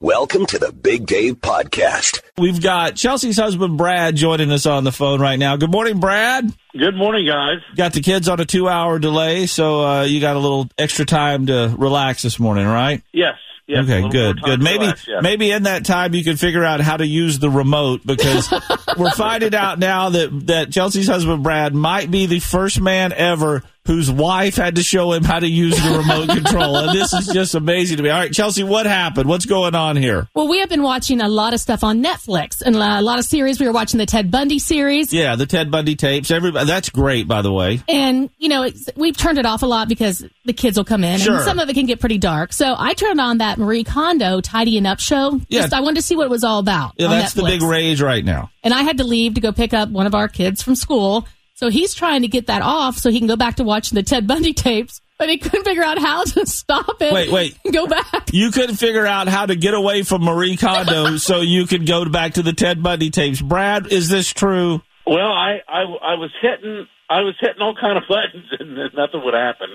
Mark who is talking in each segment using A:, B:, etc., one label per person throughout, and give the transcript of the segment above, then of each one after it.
A: Welcome to the Big Dave Podcast.
B: We've got Chelsea's husband Brad joining us on the phone right now. Good morning, Brad.
C: Good morning, guys.
B: Got the kids on a two-hour delay, so uh, you got a little extra time to relax this morning, right?
C: Yes. yes a
B: okay,
C: little more
B: good,
C: time
B: good.
C: to
B: Maybe,
C: relax, yes.
B: maybe in that time you can figure out how to use the remote because we're finding out now that that Chelsea's husband Brad might be the first man ever whose wife had to show him how to use the remote control, and this is just amazing to me. All right, Chelsea, what happened? What's going on here?
D: Well, we have been watching a lot of stuff on Netflix and a lot of series. We were watching the Ted Bundy series.
B: Yeah, the Ted Bundy tapes. Everybody, that's great, by the way.
D: And, you know, it's, we've turned it off a lot because the kids will come in
B: Sure.
D: and some of it can get pretty dark. So I turned on that Marie Kondo tidying up show.
B: Yeah.
D: Just, I wanted to see what it was all about.
B: Yeah,
D: on
B: that's the
D: Netflix.
B: big rage right now.
D: And I had to leave to go pick up one of our kids from school. So he's trying to get that off so he can go back to watching the Ted Bundy tapes, but he couldn't figure out how to stop it.
B: Wait, wait.
D: and Go back.
B: You couldn't figure out how to get away from Marie Kondo so you could go back to the Ted Bundy tapes. Brad, is this true?
C: Well, I, I I was hitting I was hitting all kind of buttons and then nothing would happen.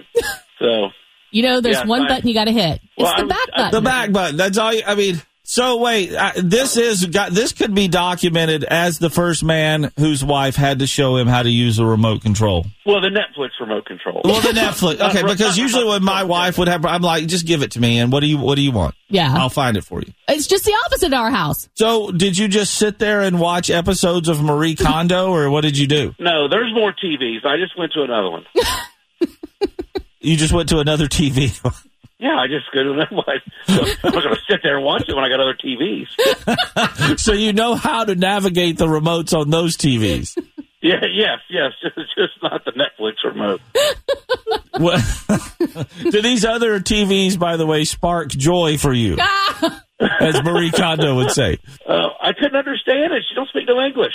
C: So
D: You know, there's
C: Yeah,
D: one
C: I-
D: button you got to hit.
C: Well,
D: it's
C: I
D: the
C: was-
D: back
C: I-
D: button.
B: The back button. That's all. You, I mean, so wait. I, this is got. This could be documented as the first man whose wife had to show him how to use a remote control.
C: well, the Netflix remote control.
B: Well, the Netflix. Okay, because usually when my wife would have, I'm like, just give it to me. And what do you? What do you want?
D: Yeah.
B: I'll find it for you.
D: It's just the opposite at our house.
B: So, did you just sit there and watch episodes of Marie Kondo, or what did you do?
C: no, there's more TVs. I just went to another one.
B: You just went to another TV.
C: Yeah, I just go to another one. So I'm not going to sit there and watch it when I got other TVs.
B: so you know how to navigate the remotes on those TVs.
C: Yeah, yes, yes, just, just not the Netflix remote.
B: Well, do these other TVs, by the way, spark joy for you? As Marie Kondo would say.
C: Uh, I couldn't understand it. She don't speak no English.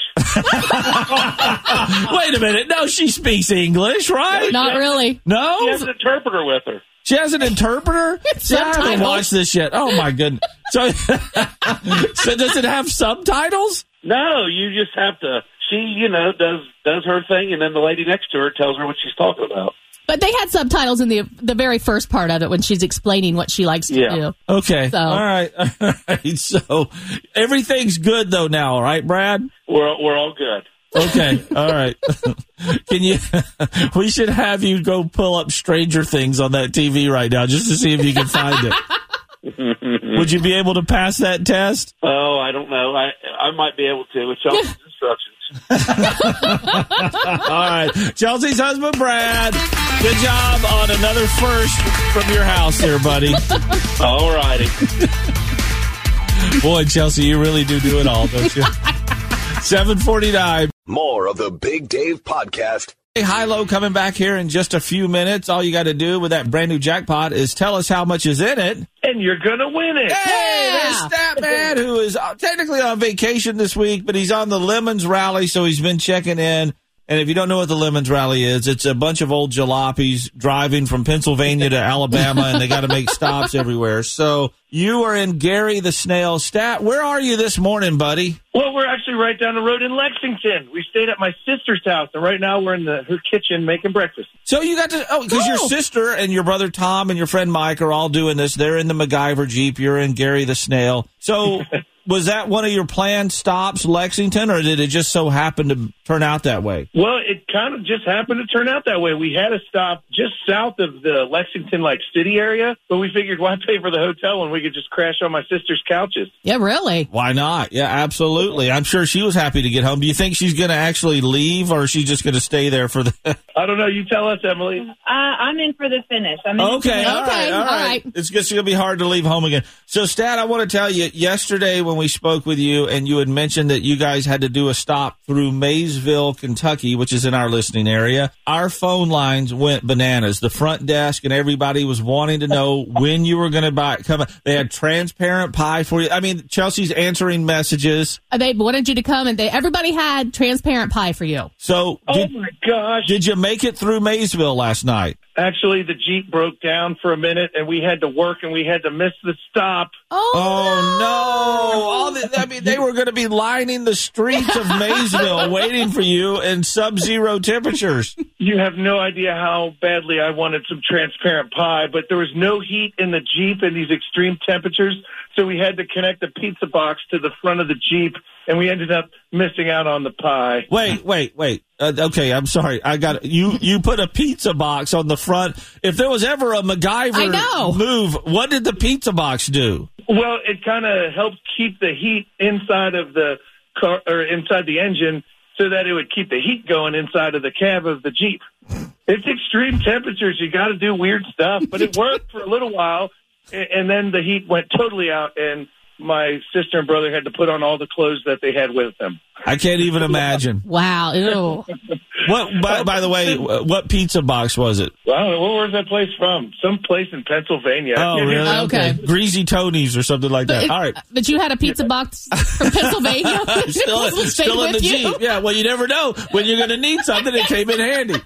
B: Wait a minute. No, she speaks English, right?
D: Not really.
C: She
B: No?
C: has an interpreter with her.
B: She has an interpreter? See, I haven't
D: Subtitles.
B: watched this yet. Oh, my goodness. So, so does it have subtitles?
C: No, you just have to. She, you know, does does her thing, and then the lady next to her tells her what she's talking about.
D: But they had subtitles in the the very first part of it when she's explaining what she likes to
C: Yeah.
D: do.
B: Okay.
D: So-
B: All right. All right. So everything's good, though, now, all right, Brad?
C: We're we're all good.
B: Okay. All right. Can you? We should have you go pull up Stranger Things on that TV right now just to see if you can find it. Would you be able to pass that test?
C: Oh, I don't know. I I might be able to with Chelsea's instructions.
B: All right. Chelsea's husband, Brad. Good job on another first from your house there, buddy.
C: All righty.
B: Boy, Chelsea, you really do do it all, don't you? 749.
A: More of the Big Dave Podcast.
B: Hey, high low coming back here in just a few minutes. All you got to do with that brand new jackpot is tell us how much is in it.
C: And you're gonna win it.
B: Hey,
D: Yeah.
B: there's that man who is uh, technically on vacation this week, but he's on the Lemons Rally, so he's been checking in. And if you don't know what the Lemons Rally is, it's a bunch of old jalopies driving from Pennsylvania to Alabama, and they got to make stops everywhere. So you are in Gary the Snail stat. Where are you this morning, buddy?
E: Well, we're actually right down the road in Lexington. We stayed at my sister's house, and right now we're in the, her kitchen making breakfast.
B: So you got to oh because your sister and your brother Tom and your friend Mike are all doing this. They're in the MacGyver Jeep. You're in Gary the Snail. So was that one of your planned stops, Lexington, or did it just so happen to turn out that way?
E: Well, it kind of just happened to turn out that way. We had a stop just south of the Lexington, like city area, but we figured why pay for the hotel when we could just crash on my sister's couches?
D: Yeah, really.
B: Why not? Yeah, absolutely. I'm sure she was happy to get home. Do you think she's going to actually leave, or is she just going to stay there for the?
E: I don't know. You tell us, Emily.
F: Uh, I'm in for the finish. I'm in
B: Okay. All right.
D: Okay,
B: All
D: all
B: right.
D: right.
B: It's just going to be hard to leave home again. So, Stat, I want to tell you yesterday when we spoke with you and you had mentioned that you guys had to do a stop through Maysville, Kentucky, which is in our listening area. Our phone lines went bananas. The front desk and everybody was wanting to know when you were going to buy come. They had transparent pie for you. I mean, Chelsea's answering messages.
D: Uh, They wanted you to come, and they everybody had transparent pie for you.
B: So,
E: Oh
B: did,
E: my gosh!
B: did you make it through Maysville last night?
E: Actually, the jeep broke down for a minute, and we had to work, and we had to miss the stop.
D: Oh,
B: Oh no! All the, I mean, they were going to be lining the streets of Maysville waiting for you in sub-zero temperatures.
E: You have no idea how badly I wanted some transparent pie, but there was no heat in the Jeep in these extreme temperatures, so we had to connect the pizza box to the front of the Jeep, and we ended up missing out on the pie.
B: Wait, wait, wait. Uh, okay, I'm sorry. I got you. You put a pizza box on the front. If there was ever a
D: I know.
B: MacGyver move, what did the pizza box do?
E: Well, it kind of helped keep the heat inside of the car or inside the engine so that it would keep the heat going inside of the cab of the Jeep. It's extreme temperatures. You got to do weird stuff, but it worked for a little while. a- And then the heat went totally out, and my sister and brother had to put on all the clothes that they had with them.
B: I can't even imagine.
D: Wow. Ew.
B: What? By, by the way, what pizza box was it?
E: Wow, where was that place from? Some place in Pennsylvania. I
B: Oh,
E: can't
B: really?
D: Okay.
B: Greasy Tony's or something like that.
D: It-
B: All right.
D: But you had a pizza box from Pennsylvania.
B: still,
D: It was
B: still in
D: with
B: the
D: you.
B: Jeep. Yeah, well, you never know when you're going to need something. It came in handy.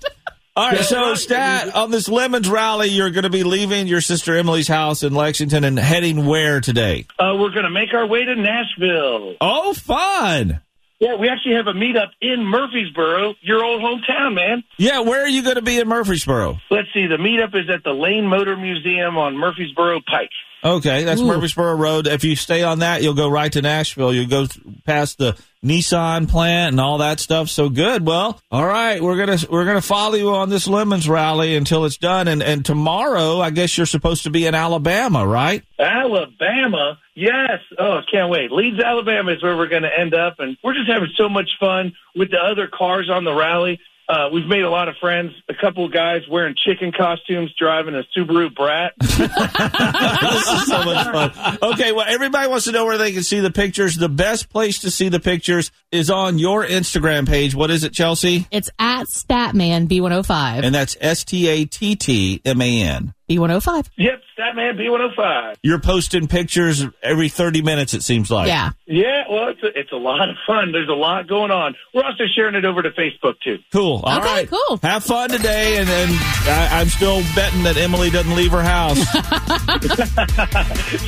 B: All right, so Stat, on this Lemons rally, you're going to be leaving your sister Emily's house in Lexington and heading where today?
E: Uh, we're going to make our way to Nashville.
B: Oh, fun.
E: Yeah, we actually have a meetup in Murfreesboro, your old hometown, man.
B: Yeah, where are you going to be in Murfreesboro?
E: Let's see. The meetup is at the Lane Motor Museum on Murfreesboro Pike.
B: Okay, that's
D: Ooh.
B: Murfreesboro Road. If you stay on that, you'll go right to Nashville. You'll go th- past the Nissan plant and all that stuff. So good. Well, all right, we're gonna we're gonna follow you on this Lemons rally until it's done. And and tomorrow, I guess you're supposed to be in Alabama, right?
E: Alabama, yes. Oh, I can't wait. Leeds, Alabama is where we're going to end up, and we're just having so much fun with the other cars on the rally. Uh, we've made a lot of friends. A couple of guys wearing chicken costumes, driving a Subaru Brat.
B: this is so much fun. Okay, well, everybody wants to know where they can see the pictures. The best place to see the pictures is on your Instagram page. What is it, Chelsea?
D: It's at Statman B105.
B: And that's S T A T T M A N.
D: B105.
E: yep, Statman B105.
B: You're posting pictures every 30 minutes, it seems like.
D: Yeah.
E: Yeah, well, it's a, it's a lot of fun. There's a lot going on. We're also sharing it over to Facebook too.
B: Cool. All right.
D: Okay, cool.
B: Have fun today. And, and I, I'm still betting that Emily doesn't leave her house.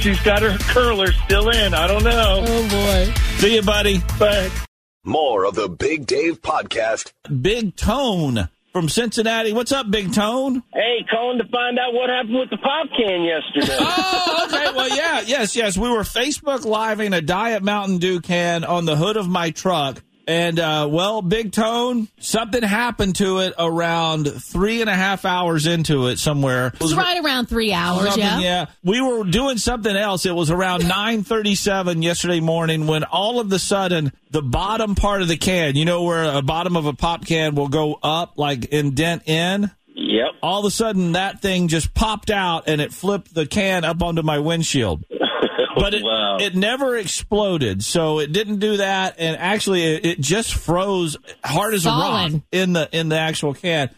E: She's got her curler still in. I don't know,
D: Oh, boy.
B: see you, buddy.
E: but
A: More of the Big Dave Podcast.
B: Big Tone from Cincinnati. What's up, Big Tone?
G: Hey, calling to find out what happened with the pop can yesterday.
B: Oh, okay. Well, yeah, yes, yes. We were Facebook living a Diet Mountain Dew can on the hood of my truck. And, uh, well, Big Tone, something happened to it around three and a half hours into it somewhere.
D: It's right around three hours,
B: Something,
D: yeah?
B: we were doing something else. It was around 9:37 yesterday morning when all of the sudden the bottom part of the can, you know where a bottom of a pop can will go up like indent in,
G: yep.
B: all of a sudden that thing just popped out and it flipped the can up onto my windshield. But it,
G: Wow.
B: it never exploded, so it didn't do that. And actually, it, it just froze hard as a rock
D: Solid.
B: in the in the actual can.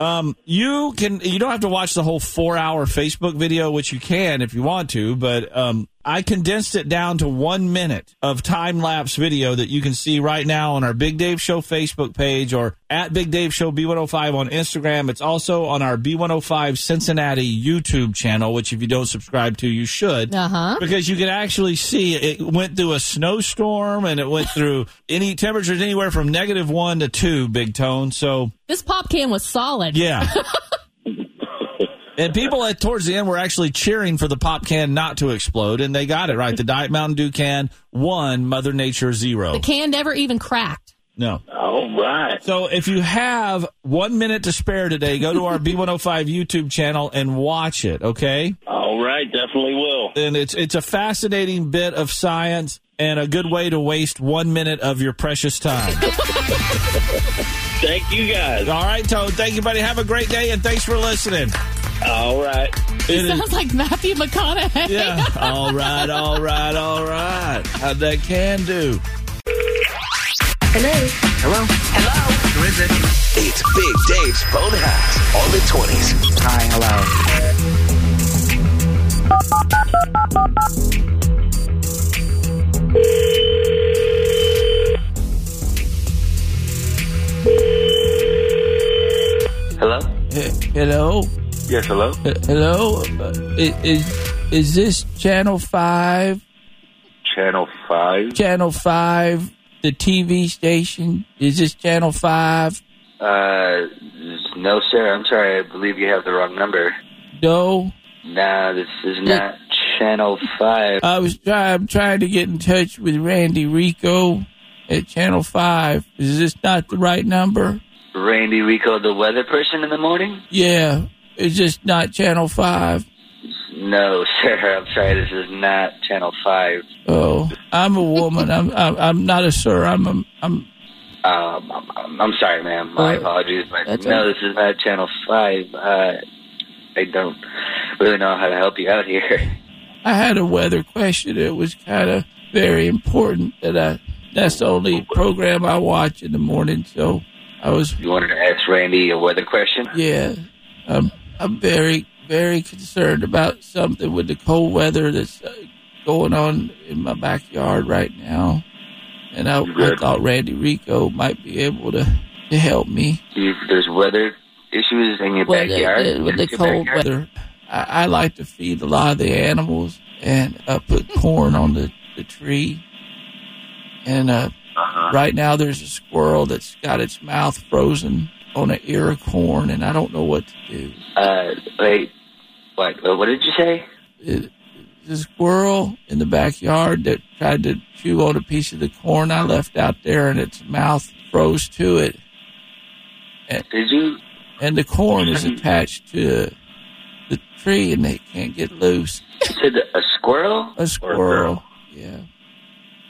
B: Um, you can you don't have to watch the whole four hour Facebook video, which you can if you want to, but um, I condensed it down to one minute of time lapse video that you can see right now on our Big Dave Show Facebook page or at Big Dave Show B105 on Instagram. It's also on our B105 Cincinnati YouTube channel, which if you don't subscribe to, you should
D: Uh-huh.
B: because you can actually see it went through a snowstorm and it went through any temperatures anywhere from negative one to two. Big Tone, so.
D: This pop can was solid.
B: Yeah. and people at towards the end were actually cheering for the pop can not to explode, and they got it right. The Diet Mountain Dew can one, Mother Nature zero.
D: The can never even cracked.
B: No.
G: All right.
B: So if you have one minute to spare today, go to our B105 YouTube channel and watch it. Okay.
G: All right. Definitely will.
B: And it's it's a fascinating bit of science. And a good way to waste one minute of your precious time.
G: Thank you guys.
B: All right, Toad. Thank you, buddy. Have a great day, and thanks for listening.
G: All right.
B: It is-
D: Sounds like Matthew McConaughey.
B: Yeah. all right, all right, all right. How'd that can do?
A: It's Big Dave's Phone Hacks on the 20s.
H: Hello?
B: Hello?
H: Yes, hello?
B: Uh, Hello? Uh, i- Is, is this Channel 5?
H: Channel 5?
B: Channel 5, the TV station? Is this Channel 5?
H: Uh, No, sir. I'm sorry. I believe you have the wrong number.
B: No.
H: Nah, this is not Channel 5.
B: I was try- I'm trying to get in touch with Randy Rico at Channel 5. Is this not the right number?
H: Randy Rico, the weather person in the morning?
B: Yeah. It's just not Channel 5.
H: No, sir. I'm sorry. This is not Channel 5.
B: Oh, I'm a woman. I'm I'm, I'm not a sir. I'm a, I'm
H: Um, I'm- I'm, I'm sorry, ma'am. My
B: Oh,
H: apologies. But
B: that's
H: no,
B: all right.
H: this is not Channel 5. Uh, I don't really know how to help you out here.
B: I had a weather question. It was kind of very important that I. That's the only program I watch in the morning. So I was
H: You wanted to ask Randy a weather question?
B: yeah. I'm I'm very very concerned about something with the cold weather that's uh, going on in my backyard right now, and I, I
H: Good.
B: thought Randy Rico might be able to to help me.
H: You, there's weather issues in your
B: Well, the-
H: backyard?
B: the- uh, with the
H: Your
B: cold
H: backyard?
B: weather. I, I like to feed a lot of the animals and uh, put corn on the, the tree. And uh,
H: Uh-huh.
B: right now there's a squirrel that's got its mouth frozen on an ear of corn, and I don't know what to do.
H: Uh, wait. What? What did you say?
B: It, the squirrel in the backyard that tried to chew on a piece of the corn I left out there, and its mouth froze to it,
H: Did you?
B: and the corn is attached to the tree, and it can't get loose.
H: You said a squirrel?
B: A squirrel. Yeah.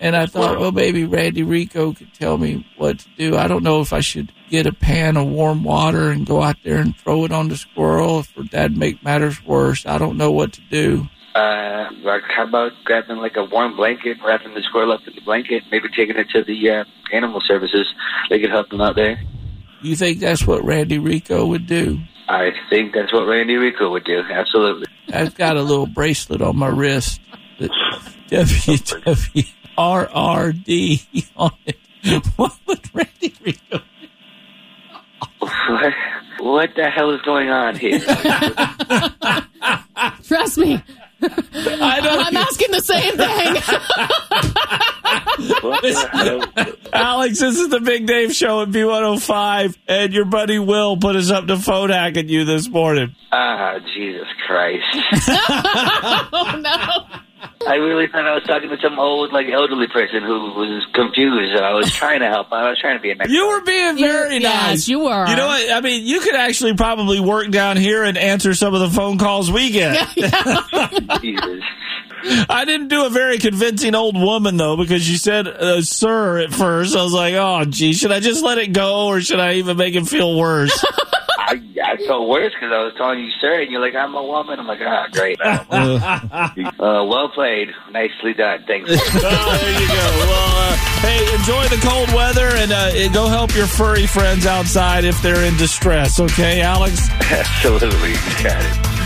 B: And I thought, well, maybe Randy Rico could tell me what to do. I don't know if I should get a pan of warm water and go out there and throw it on the squirrel, if that'd make matters worse. I don't know what to do.
H: Uh, like how about grabbing like a warm blanket, wrapping the squirrel up in the blanket, maybe taking it to the uh, animal services. They could help them out there.
B: You think that's what Randy Rico would do?
H: I think that's what Randy Rico would do. Absolutely.
B: I've got a little bracelet on my wrist that WWRRD on it. What would Randy Rico?
H: What? What the hell is going on here?
D: Trust me,
B: I don't
D: I'm asking the same thing.
H: What the hell?
B: Alex, this is the Big Dave Show at B105, and your buddy Will put us up to phone hacking you this morning.
H: Ah, Jesus Christ.
D: oh no.
H: I really thought I was talking to some old, like, elderly person who was confused. and I was trying to help. I was trying to be a nice.
B: You were being very
D: You- yes,
B: nice.
D: you were.
B: You know what? I mean, you could actually probably work down here and answer some of the phone calls we get.
H: Jesus.
B: I didn't do a very convincing old woman, though, because you said uh, sir at first. I was like, oh, gee, should I just let it go or should I even make it feel worse?
H: I, I felt worse because I was telling you, sir, and you're like, I'm a woman. I'm like, ah, great. uh, well played. Nicely done. Thanks.
B: Oh, there you go. Well, uh, hey, enjoy the cold weather and uh, go help your furry friends outside if they're in distress. Okay, Alex.
H: Absolutely. You got it.